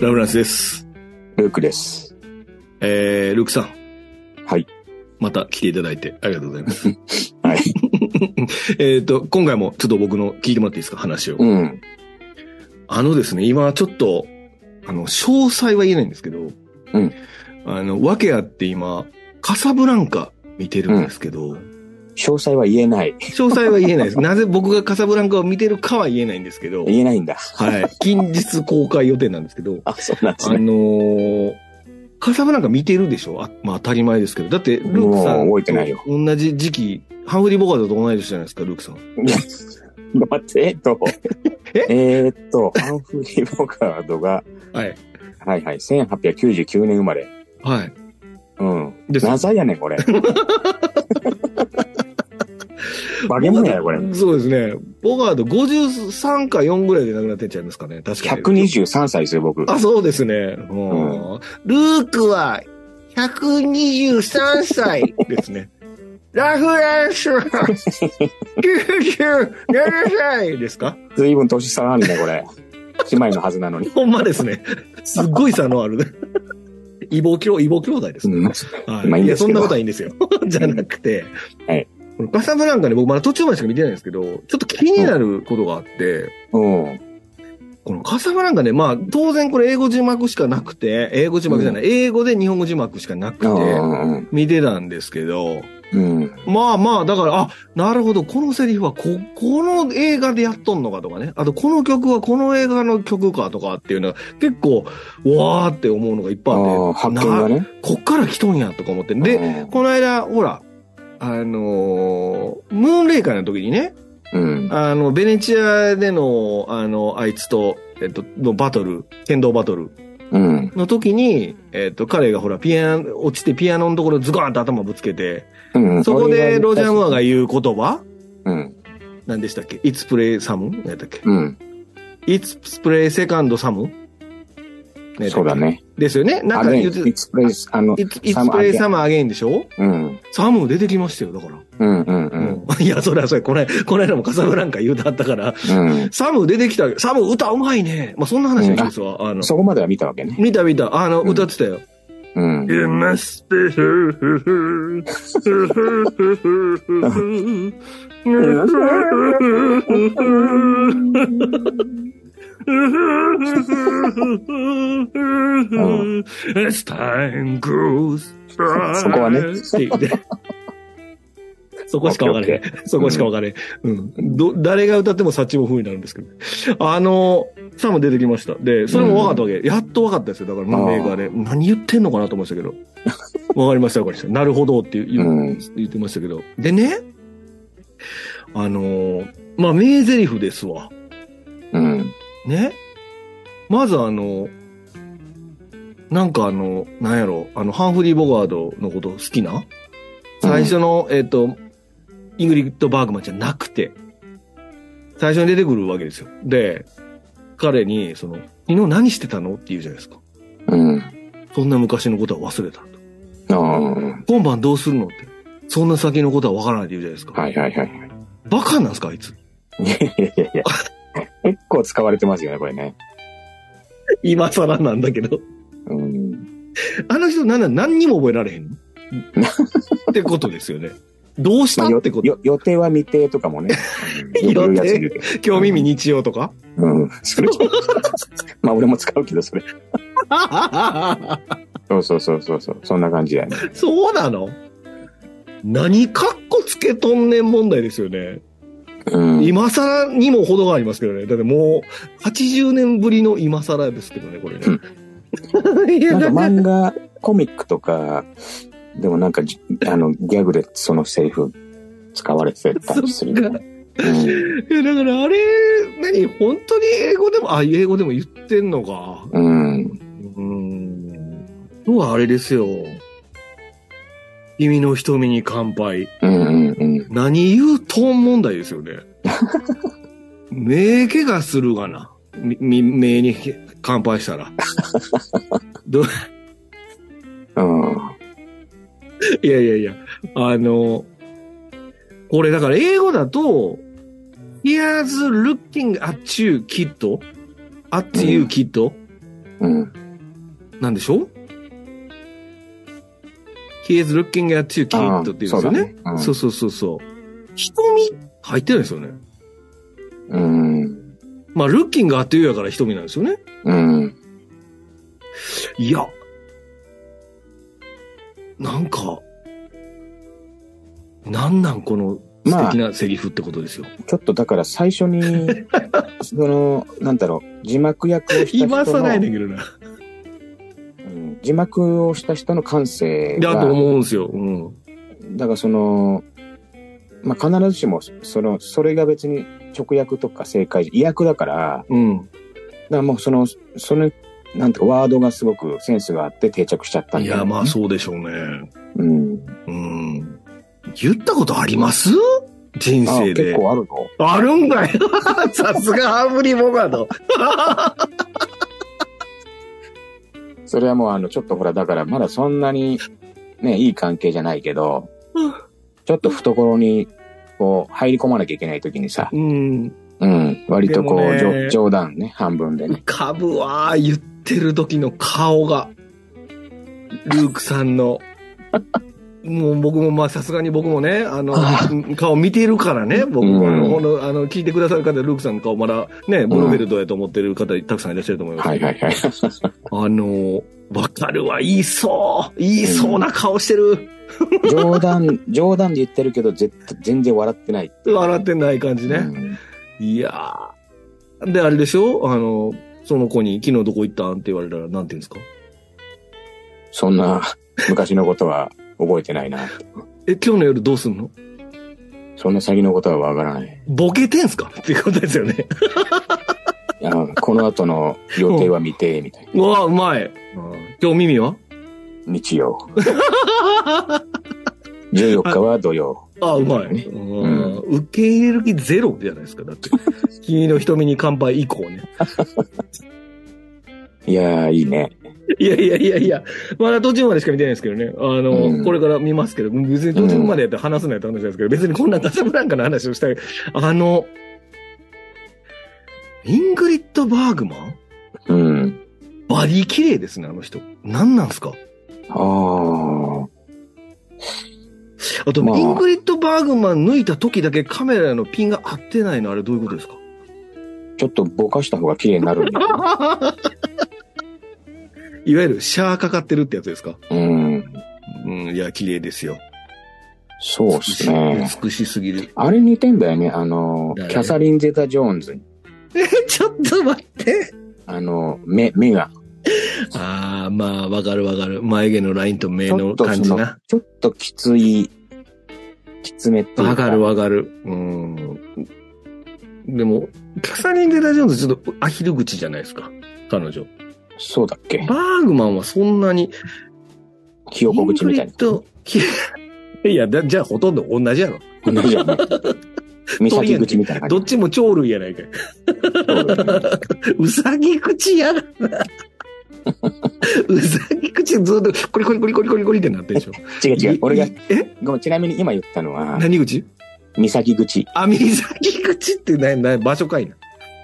ラブランスです。ルークです。えー、ルークさん、はい。また来ていただいてありがとうございます。 はい。えっと、今回もちょっと僕の聞いてもらっていいですか、話を。うん。あのですね、今ちょっと、あの、詳細は言えないんですけど、うんあの、わけあって今、カサブランカ見てるんですけど、詳細は言えない。詳細は言えない です。なぜ僕がカサブランカを見てるかは言えないんですけど、言えないんだ。はい。近日公開予定なんですけど、あ、そうなんあですね。のー、カサブランカ見てるでしょあまあ当たり前ですけど。だって、ルークさん。もう覚えてないよ。同じ時期、ハンフリー・ボガードと同い年じゃないですか、ルークさん。待って、えっと、ええーっと、ハンフリー・ボガードが、はい。はいはい、1899年生まれ。はい。うん。ですなざやねん、これ。バゲモンやよ、これ。そうですね。ボガード53か4ぐらいで亡くなってっちゃいますかね。確かに。 123歳ですよ、僕。あ、そうですね。うんルークは123歳です ね。ラフランスは97歳ですか随分年差あるね、これ。姉妹のはずなのに。ほんまですね。すっごい差のあるね。異母兄、異母兄弟ですね。うん。はいまあいいんいや、ですそけんどなことはいいんですよ。じゃなくて。はいこのカサブランカね、僕まだ途中までしか見てないんですけど、ちょっと気になることがあって、うん。このカサブランカね、まあ、当然これ英語字幕しかなくて、英語字幕じゃない、英語で日本語字幕しかなくうて、ん。見てたんですけど、うん。まあまあ、だから、あ、なるほど、このセリフはこ、この映画でやっとんのかとかね、あとこの曲はこの映画の曲かとかっていうのは、結構、わーって思うのがいっぱいあああ、って、発見がなね。こっから来とんやとか思って、で、うんこの間、ほら、あのームーンレイ会の時にね、うん。あの、ベネチアでの、あの、あいつと、えっと、のバトル、剣道バトルうん。の時に、えっと、彼がほら、ピアノ、落ちてピアノのところズガーンと頭ぶつけて、うんそこでロジャー・ムアが言う言葉うん。何でしたっけ ?It's play some? 何やったっけうん。 ?It's play second some? 何やったっけそうだ。ね。ですよねなあんかれ、言ってた It's, エクスプレス、あの、 it's play some again でしょうん。サム出てきましたよ、だから。うんうんうん。うんいや、それはそれ、これ、この間もカサブランカ言うたったから、うん。サム出てきた、サム歌うまいね。まあ、そんな話はいいですわ。あの、そこまでは見たわけね。見た見た、あの、うん歌ってたよ。 うん。 You must be As time goes by そこはねっていうね そこしかわからへん。 そこしかわからへん。うん。ど、誰が歌ってもサチモ風になるんですけど。あの、さも出てきました。で、それも分かったわけ。やっと分かったですよ。だから、まあ、メーカーで。何言ってんのかなと思いましたけど。わかりました、わかりました。なるほどって言ううん言ってましたけど。でね、あのー、まあ、名台詞ですわ。うん。ね。まずあの、なんかあの、なんやろ、あの、ハンフリー・ボガードのこと好きな最初の、えっ、と、イングリッド・バーグマンじゃなくて、最初に出てくるわけですよ。で、彼に、その、昨日何してたのって言うじゃないですか。うん。そんな昔のことは忘れた。ああ。は今晩どうするのって。そんな先のことは分からないって言うじゃないですか。いはいはい。バカなんですか、あいつ。いやいやいや。結構使われてますよね、これね。 今更なんだけど。うん。あの人なんだ、何にも覚えられへんのってことですよね。どうしまたあ、よってこと。よ予定は未定とか もね。うんよく言うやついるけど今日耳日曜と か うん。それまあ俺も使うけど、それ。そうそうそうそうそう。そんな感じだよね。そうなの何カッコつけとんねん問題ですよね。うん。今更にも程がありますけどね。だってもう80年ぶりの今更ですけどね、これ ね。いやなん かだから漫画、コミックとか、でもなんかじ、あの、ギャグでそのセリフ使われてたりするよね。いやだからあれ、何本当に英語でも、あ、英語でも言ってんのか。うん。ううん。ーん。今日はあれですよ。君の瞳に乾杯。うんうんうん。何言うとん問題ですよね。 目怪我するがな。み、み、目に乾杯したら。 うん。いやいやいや、あの、これだから英語だと、 here's looking at you, kid. at you, kid. うん。なんでしょう ?here's looking at you, kid って言うんですよね。ああそそうそうそうそう。瞳入ってないですよね。うん。まあ、ルッキングあって言うやから瞳なんですよね。うん。いや。なんか、なんなんこの素まあ敵なセリフってことですよ。ちょっとだから最初に、 その、なんだろう、字幕役をした人の今、更ないねんけどな。うん字幕をした人の感性が、だと思うんですよ。うん。だからその、まあ、必ずしも、その、それが別に直訳とか正解、意訳だから、うん。だからもうその、その、なんていうか、ワードがすごくセンスがあって定着しちゃったんいだよねや、まあそうでしょうね。うん。うん。言ったことあります人あ生結で。構あるのあるんかい さすがハーブリーボガード。それはもうあの、ちょっとほら、だからまだそんなに、ね、いい関係じゃないけどうん、ちょっと懐に、こう、入り込まなきゃいけない時にさ、うん。うん、割とこう、でもねじょ冗談ね、半分でね。浮かぶわー言ってる時の顔がルークさんのもう僕もまあさすがに僕もねあ の顔見ているからね僕もあのうんほんのあの聞いてくださる方でルークさんの顔まだねブルーフェルドやと思ってる方たくさんいらっしゃると思いますはいはいはい。あのわかるわ言いそう言いそうな顔してる、 冗談、冗談で言ってるけど、絶対、全然笑ってない。笑ってない感じね、ね。いやーであれでしょあのその子に昨日どこ行ったんって言われたらなんて言うんですかそんな、昔のことは覚えてないな。え今日の夜どうすんのそんな先のことはわからない。ボケてんすかっていうことですよね。あのこの後の予定は未定、みたいな。 うわあ、うまい。今日耳は日曜。14日は土曜。ああ、うまい、ねうん受け入れる気ゼロじゃないですか。だ って。君の瞳に乾杯以降ね。いやー、いいね。いやいやいやいや、まだ途中までしか見てないですけどね。あの、うんこれから見ますけど、別に途中までやって話せないって話なんですけど、別にこんなダサブランカの話をしたい。あの、イングリッド・バーグマンうん。バリ綺麗ですね、あの人。何なんすかああ。あと、まあイングリッド・バーグマン抜いた時だけカメラのピンが合ってないのあれどういうことですかちょっとぼかした方が綺麗になるん だよ。いわゆるシャーかかってるってやつですかうん。うん、いや、綺麗ですよ。そうですね。美しすぎる。あれ似てんだよね。あの、キ誰ャサリン・ゼタ・ジョーンズ。 え、ちょっと待って。あの、目、目が。ああ、まあ、わかるわかる。眉毛のラインと目ちょのっと感じそのな。、ちょっときつい、きつめっていうわかるわかる。うん。でも、キャサリン・デラ・ジョーンズちょっとアヒル口じゃないですか。彼女。そうだっけバーグマンはそんなに、ひよこ口みたいな。と、き いや、だじゃあほとんど同じやろ。同じやね。 岬口みたいなど感っちも鳥類やないかい。じ。うさぎ口やだな。うさぎ口ずっとコリコリコリコリコリコリってなってるでしょ。違う違う。俺がい、えごめんちなみに今言ったのは、何口岬口。あ、水ぎ口ってなな場所かいな。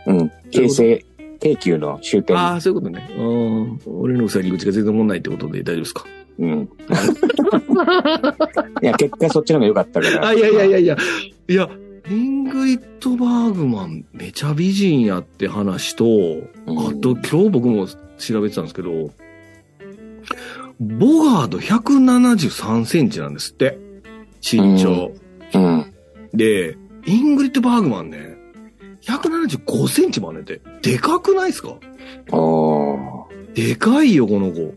うん。京成、京急の終点。ああ、そういうことね。うん。俺のうさぎ口が全然問んないってことで大丈夫ですか。うん。 いや、結果そっちの方が良かったから。あ、いやいやいやいや。いや、イングリッド・バーグマンめちゃ美人やって話と、うんあと今日僕も調べてたんですけど、ボガード173センチなんですって。身長。うん。で、イングリッド・バーグマンね、175センチもあるねって。でかくないですかおーでかいよ、この子。う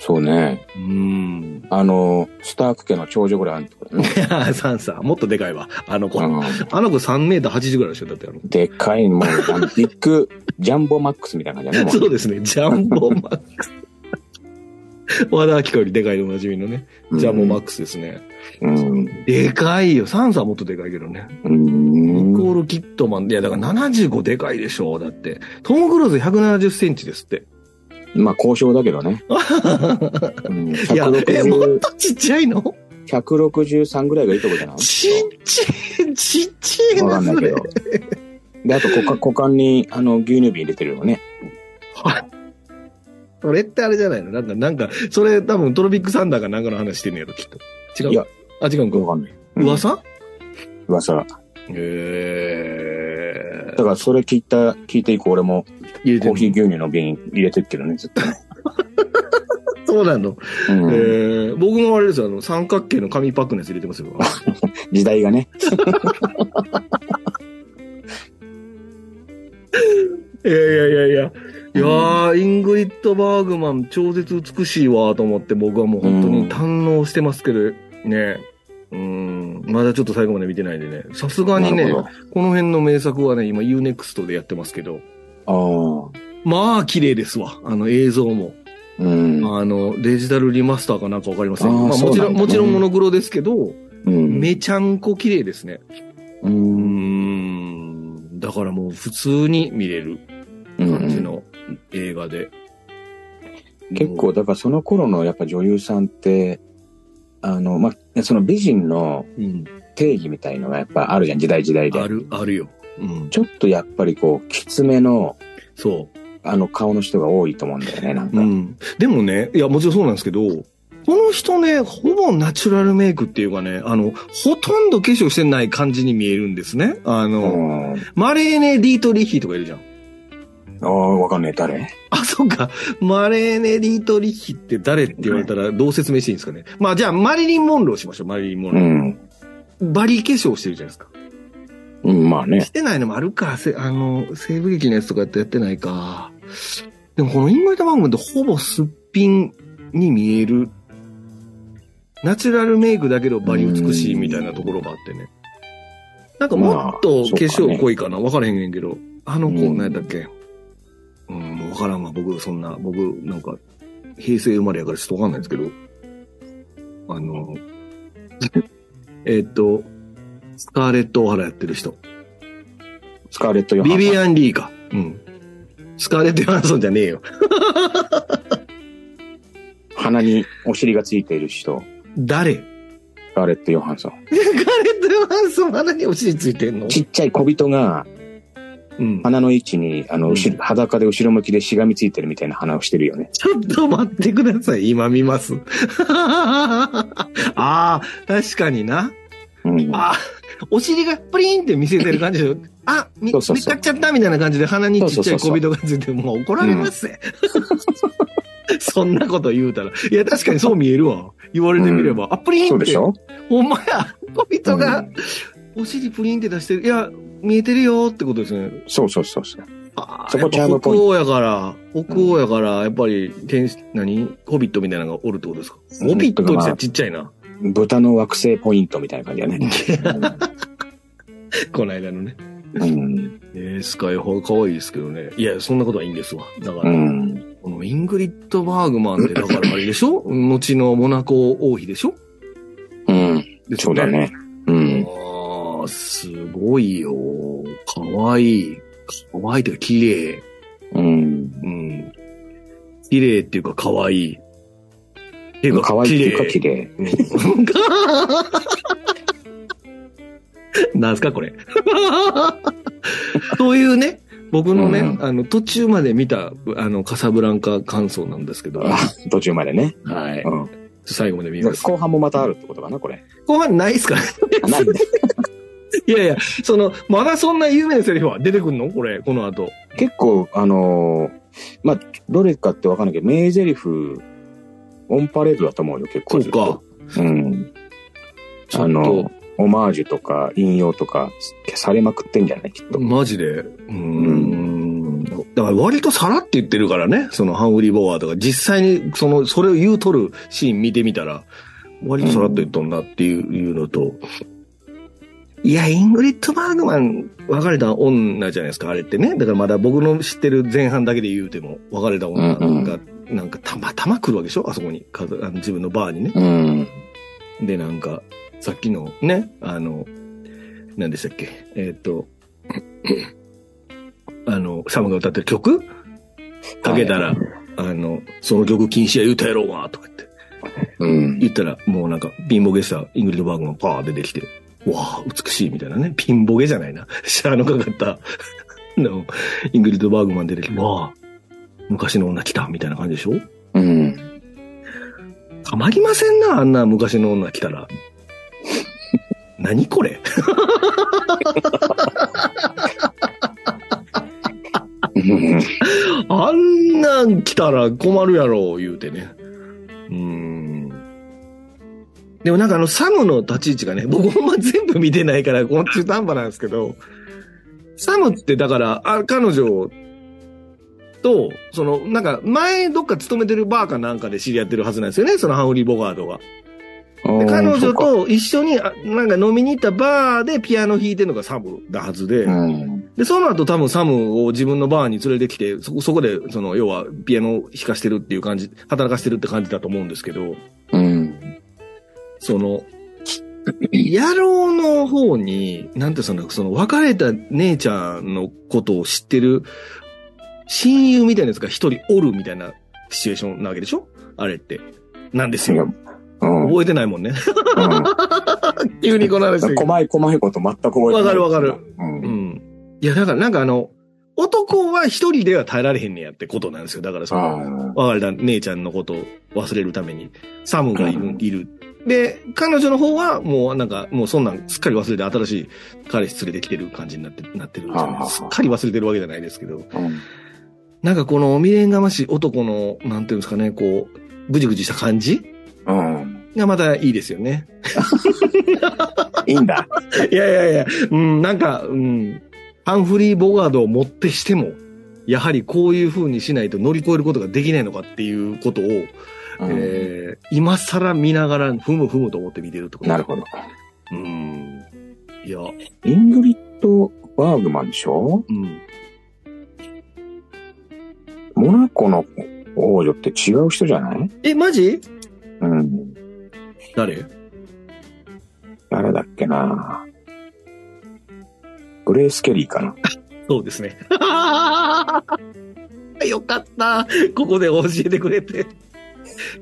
そうね。ー ん。あの、スターク家の長女ぐらいあるってこ とね。いやー、サンサ、もっとでかいわ。あの子。うあんの子3メーター80ぐらいでしょ、だってあの子。でかい、もう、あのビッグ、ジャンボマックスみたいな感じだね。もそうですね、ジャンボマッ クス。和田明子よりでかいでおなじみのね、うジャンボマッククスですね。ス。うん。でかいよ。サンサはもっとでかいけどね。うんニコール・キットマン。いや、だから75でかいでしょ、だって。トム・クルーズ170センチですって。まあ、交渉だけ どね。うんいや、え、もっ160とちっちゃいの163ぐらいがいいとこじゃないちっちゃい。ちっちゃいわかな、んなそいけれど。。 で、あと股間、股間に、あの、牛乳瓶入れてるよね。それってあれじゃないのなんか、なんか、それ多分トロピックサンダーかなんかの話してんねやろ、きっと。違ういや。あ、違うんか。わかんない。うん噂噂。へだからそれ聞いた、聞いて以降俺もえ。コーヒー牛乳の瓶入れてるけどね、ずっとね。そうなの。うんえー僕もあれですよ、あの、三角形の紙パックのやつ入れてますよ。時代がね。いやいやいやいや。いやー、イングリッド・バーグマン、超絶美しいわーと思って、僕はもう本当に堪能してますけど、ね。うん、まだちょっと最後まで見てないんでね。さすがになね、るこの辺の名作はね、今 UNEXT でやってますけど、ほどまあ綺麗ですわ。あの映像も。ああ。うん。あの、デジタルリマスターかなんかわかりませんけどあーまあそうもなんちだろん、もちろんモノクロですけど、うん。めちゃんこ綺麗ですね。うーうん。ん。だからもう普通に見れるう感じん。の映画で。結構、だからその頃のやっぱ女優さんって、あの、まあ、その美人のうん、定義みたいのがやっぱあるじゃん、時代時代であ。る、あるよ。うん。ちょっとやっぱりこう、きつめの、そあの顔の人が多いと思うんだよね、なんう。か。うん。でもね、いや、もちろんそうなんですけど、この人ね、ほぼナチュラルメイクっていうかね、あの、ほとんど化粧してない感じに見えるんですね。あうの、ん。あマレーネ・リート・リッヒーとかいるじゃん。あ、わかんない、誰あ、そうか。マレーネ・リート・リッヒって誰って言われたらどう説明していいんですかね。まあじゃあ、マリリン・モンローしましょう、マリリン・モンうロー。ん。バリ化粧してるじゃないですか。うん、まあねし。てないのもあるか。せあの、西部劇のやつとかやってやってないか。でもこのイングリッド・バーグマンってほぼすっぴんに見える。ナチュラルメイクだけどバリ美しいみたいなところがあってね。なんかもっとまあ化そうか粧ね濃いかなわからへんねんけど。あの子、うん何やったっけうん、もうわからんわ。僕、そんな、僕、なんか、平成生まれやからちょっとわかんないですけど。あ の、えっと、スカーレット・オハラやってる人。スカーレット・ヨハンビソン。ビアン・リーか。うん。スカーレット・ヨハンソンじゃねえよ。鼻にお尻がついている人、誰ススカーレット・ヨハンソン。カーレット・ヨハンソン鼻にお尻ついてんのちっちゃい小人がうん。鼻の位置に、あの、うん後ろ、裸で後ろ向きでしがみついてるみたいな鼻をしてるよね。ちょっと待ってください。今見ます。あ あ、確かにな。うん。あーお尻がプリンって見せてる感じでしょ。 あ、み、そうそう見そうかっちゃったみたいな感じで鼻にちっちゃいそうそうそうそ小う人がついて、もう怒られますね。 そんなこと言うたら。いや、確かにそう見えるわ。言われてみれば。あ、プリンって。そうでしょほんまや、小人うがんお尻プリンって出してる。いや、見えてるよってことですね。そうそうそうそう。あーそこやっぱチャームポイン北欧やから、北欧やから、やっぱり、天使、何ホビットみたいなのがおるってことですかうんホビットってちっちゃいな。 豚の惑星ポイントみたいな感じだね。この間のね。うん。えー、スカイホー可愛いですけどね。いや、そんなことはいいんですわ。だかうら、ん。このイングリッド・バーグマンって、だからあれでし ょ後のモナコ王妃でしょうん。ですよそうだ。ね。うあん。ーすごいよ。可愛いい。可愛いというか、綺麗。うん。うん。綺麗っていうか可愛い。絵が可愛いっていうか綺麗。 なんすかこれ。 そういうね、僕のね、うんあの、途中まで見た、あの、カサブランカ感想なんですけど、はあ途中までね。い。うん。最後まで見ます。後半もまたあるってことかな、こ れ。後半ないっすかね あないんだ。いやいや、その、まだそんな有名なセリフは出てくんのこれ、この後。結構、あのーまあ、どれかってわかんないけど、名台詞、オンパレードだと思うよ、結構。そうか。うん。ちょっとあの、オマージュとか、引用とか、されまくってんじゃないきっと。マジで。うーん。だから割とさらって言ってるからね、そのハングリー・ボーアーとか、実際にその、それを言うとるシーン見てみたら、割とさらっと言っとんなっていう,、いうのと、いや、イングリッド・バーグマン、別れた女じゃないですか、あれってね。だからまだ僕の知ってる前半だけで言うても、別れた女が、うんなんかたまたま来るわけでしょあそこに、かあの自分のバーにね。うん。で、なんか、さっきのね、あの、何でしたっけ、えっ、と、 あの、サムが歌ってる曲かけたら、はいあの、その曲禁止や言うたやろうが、とか言って。うん。言ったら、もうなんか、貧乏ゲスター、イングリッド・バーグマンパー出てきて、わあ、美しいみたいなね。ピンボケじゃないな。 シャアのかかった、 あの、イングリッド・バーグマン出てきて、わあ、昔の女来たみたいな感じでしょうん。たまりませんな、あんな昔の女来たら。 何これあんなん来たら困るやろ、言うてね。うーん。でもなんかあの、サムの立ち位置がね、 僕ほんま全部見てないから、この中途半端なんですけど、サムってだから、あ彼女と、その、なんか前どっか勤めてるバーかなんかで知り合ってるはずなんですよね、そのハンフリー・ボガードが。で彼そ女うかと一緒に、あなんか飲みに行ったバーでピアノ弾いてるのがサムだはずで、うん。で、その後多分サムを自分のバーに連れてきて、そこ、そこで、その、要は、ピアノを弾かしてるっていう感じ、働かしてるって感じだと思うんですけど、うん。その、野郎の方に、なんてその、その、別れた姉ちゃんのことを知ってる、親友みたいなやつが一人おるみたいなシチュエーションなわけでしょあれって。なんですいやよ。うん。覚えてないもんね。う急にこの話だけん。ど細い細いこと全く覚えてない。わかるわかる。う。うんん。いや、だからなんかあの、男は一人では耐えられへんねやってことなんですよ。だからその、あ別れた姉ちゃんのことを忘れるために、サムがいるう。んいるで、彼女の方はもうなんか、もうそんなんすっかり忘れて新しい彼氏連れてきてる感じになって、なってるじゃないはあはあすっかり忘れてるわけじゃないですけど、あ。うんなんかこの未練がましい男の、なんていうんですかね、こう、ぐじぐじした感じうん。がまたいいですよね。いいんだ。いやいやいや、うん、なんか、うん、ハンフリー・ボガードをもってしても、やはりこういう風にしないと乗り越えることができないのかっていうことを、うんえー今更見ながら、ふむふむと思って見てるってことなるほど。。うん。いや、うイングリッド・バーグマンでしょん。モナコの王女って違う人じゃないえ、マジうん。誰誰だっけなグレース・ケリーかな。そうですね。 よかった。ここで教えてくれて。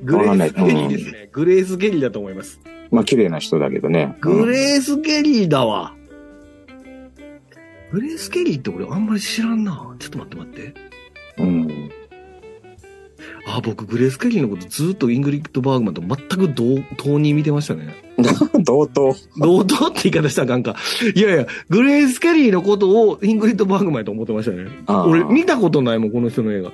グレース・ゲリーですね。グレース・ゲリーだと思います。まあ、綺麗な人だけどね。グレース・ケリーだわ。グレース・ケリーって俺あんまり知らんな。ちょっと待って待って。うん。うん あ、僕グレース・ケリーのことずっとイングリッド・バーグマンと全く同等に見てましたね。同等。同等って言い方したらあかんか。いやいや、グレース・ケリーのことをイングリッド・バーグマンやと思ってましたね。ああ俺見たことないもん、この人の映画。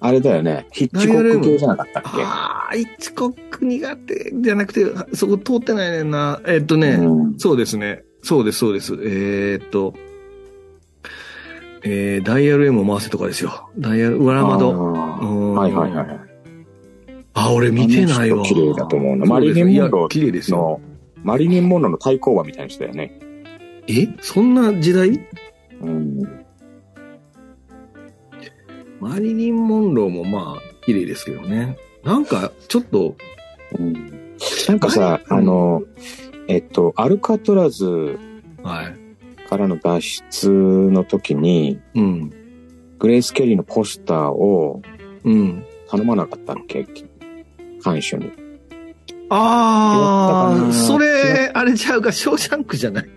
あれだよね。ヒッチコック系じゃなかったっああ、一国苦手じゃなくて、そこ通ってないねんな。えっとけ、ね、うん。そうですね。そうです、そうです。えーっと、えー、ダイヤル M を回せとかですよ。ダイヤル、裏窓。あうーんはいはいはい。あ、俺見てないあのわ。人綺麗だと思うな。マそうでリすリン・いモやンロ、ー綺麗ですよ。の、マリリン・モンローの対抗馬みたいな人だよね。えそんな時代うん。マリリン・モンローもまあ、綺麗ですけどね。なんか、ちょっと、うんなんかさ、マあリの、えっと、アルカトラズはい。からの脱出の時に、うん。グレース・ケリーのポスターをうん。頼まなかったっけ監修に。あー、違ったかなそれ、あれちゃうか、ショーシャンクじゃない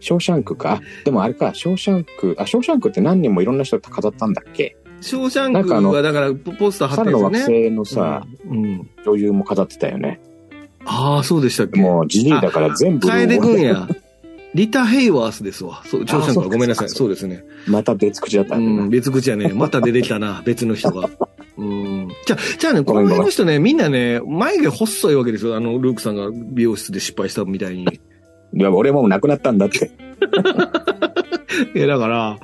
ショーシャンクか。あでもあれか、ショーシャンク、あ、ショーシャンクって何人もいろんな人と飾ったんだっけショーシャンなんクかあのはだからポポスター貼って猿るんの惑ですよね。星のさ、うん。うん女優も飾ってたよね。ああ、そうでしたっけもうジニーだから全部。楓くんや。リタ・ヘイワースですわ。そう、長さんそかうかごめんなさい。そうかそうですね。また別口だったうんだん、な。別口やね。また出てきた な、別の人が。うん。じゃあ、じゃあね、このごめんごめん前の人ね、みんなね、眉毛細いわけですよ。あの、ルークさんが美容室で失敗したみたいに。いや、俺もう亡くなったんだって。いや、だから、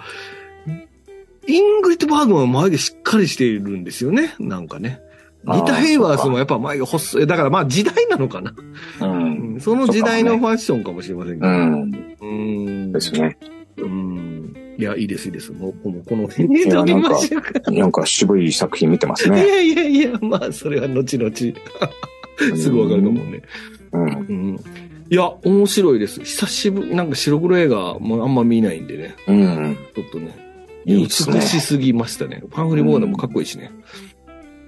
イングリッド・バーグマンは眉毛しっかりしているんですよね。なんかね。あーリタ・ヘイワースもやっぱ眉毛細い。だからまあ時代なのかな。う。うんん、その時代のファッションかもしれませんけど。うん。うん。ですね。うん。いや、いいです、いいです。もう、もうこの辺にとりましょうか。なんか渋い作品見てますいね。やいやいや、まあ、それは後々、 すぐわかると思うね。うん。うん。いや、面白いです。久しぶり、なんか白黒映画、もあんま見ないんでね。うん。ちょっとね。いい美ですね。しすぎましたね。ファンフリーボーナーもかっこいいしね。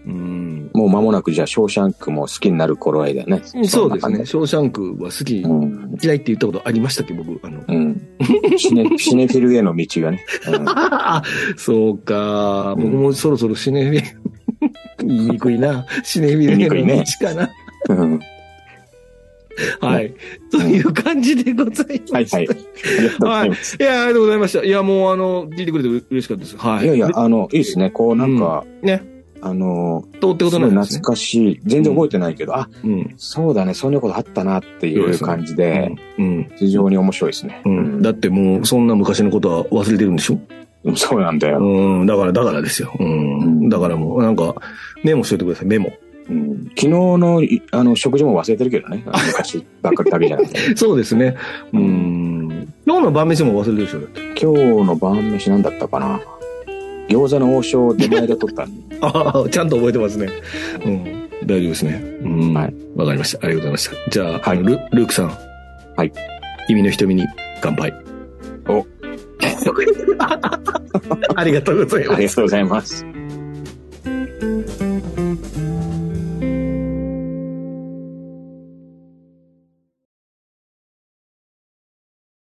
うん。もう間もなくじゃあ、ショーシャンクも好きになる頃合いだね。そうですね。そショーシャンクは好きんな、感じ。嫌いって言ったことありましたっけ、僕。あ の。うん。うん。シネ、シネフィルへの道がね。うんあそうか。僕もそろそろシネフ ィ、言いにくいな。シネフィルへの道かな。うんはい。という感じでございまはいした。はい。ありがとうございます。いや、ありがとうございました。いや、もう、あの、聞いてくれて嬉しかったです。はいい。やいや、あの、いいですね。こうなんか、ね。あの、とってすことごいなん懐ですね。かしい。全然覚えてないけど、あ、うん。そうだね、そんなことあったなっていそうでうすね感じで、うん。非常に面白いですね。うん。だってもう、そんな昔のことは忘れてるんでしょうんそうなんだよ。うん。だから、だからですよ。うん。うんだからもう、なんか、メモしといてください、メモ。うん昨日のいあの食事も忘れてるけどね。あの昔ばっかりだけじゃなくて。そうですね。うん。今日の晩飯も忘れてるでしょだって今日の晩飯なんだったかな。餃子の王将を出前で取ったんで。ああ、ちゃんと覚えてますね。うん。大丈夫ですね。うん。はい。わかりました。ありがとうございました。じゃあ、はいあのルルークさん。はい。君の瞳に乾杯。お。 ありがとうございますあ。りがとうございます。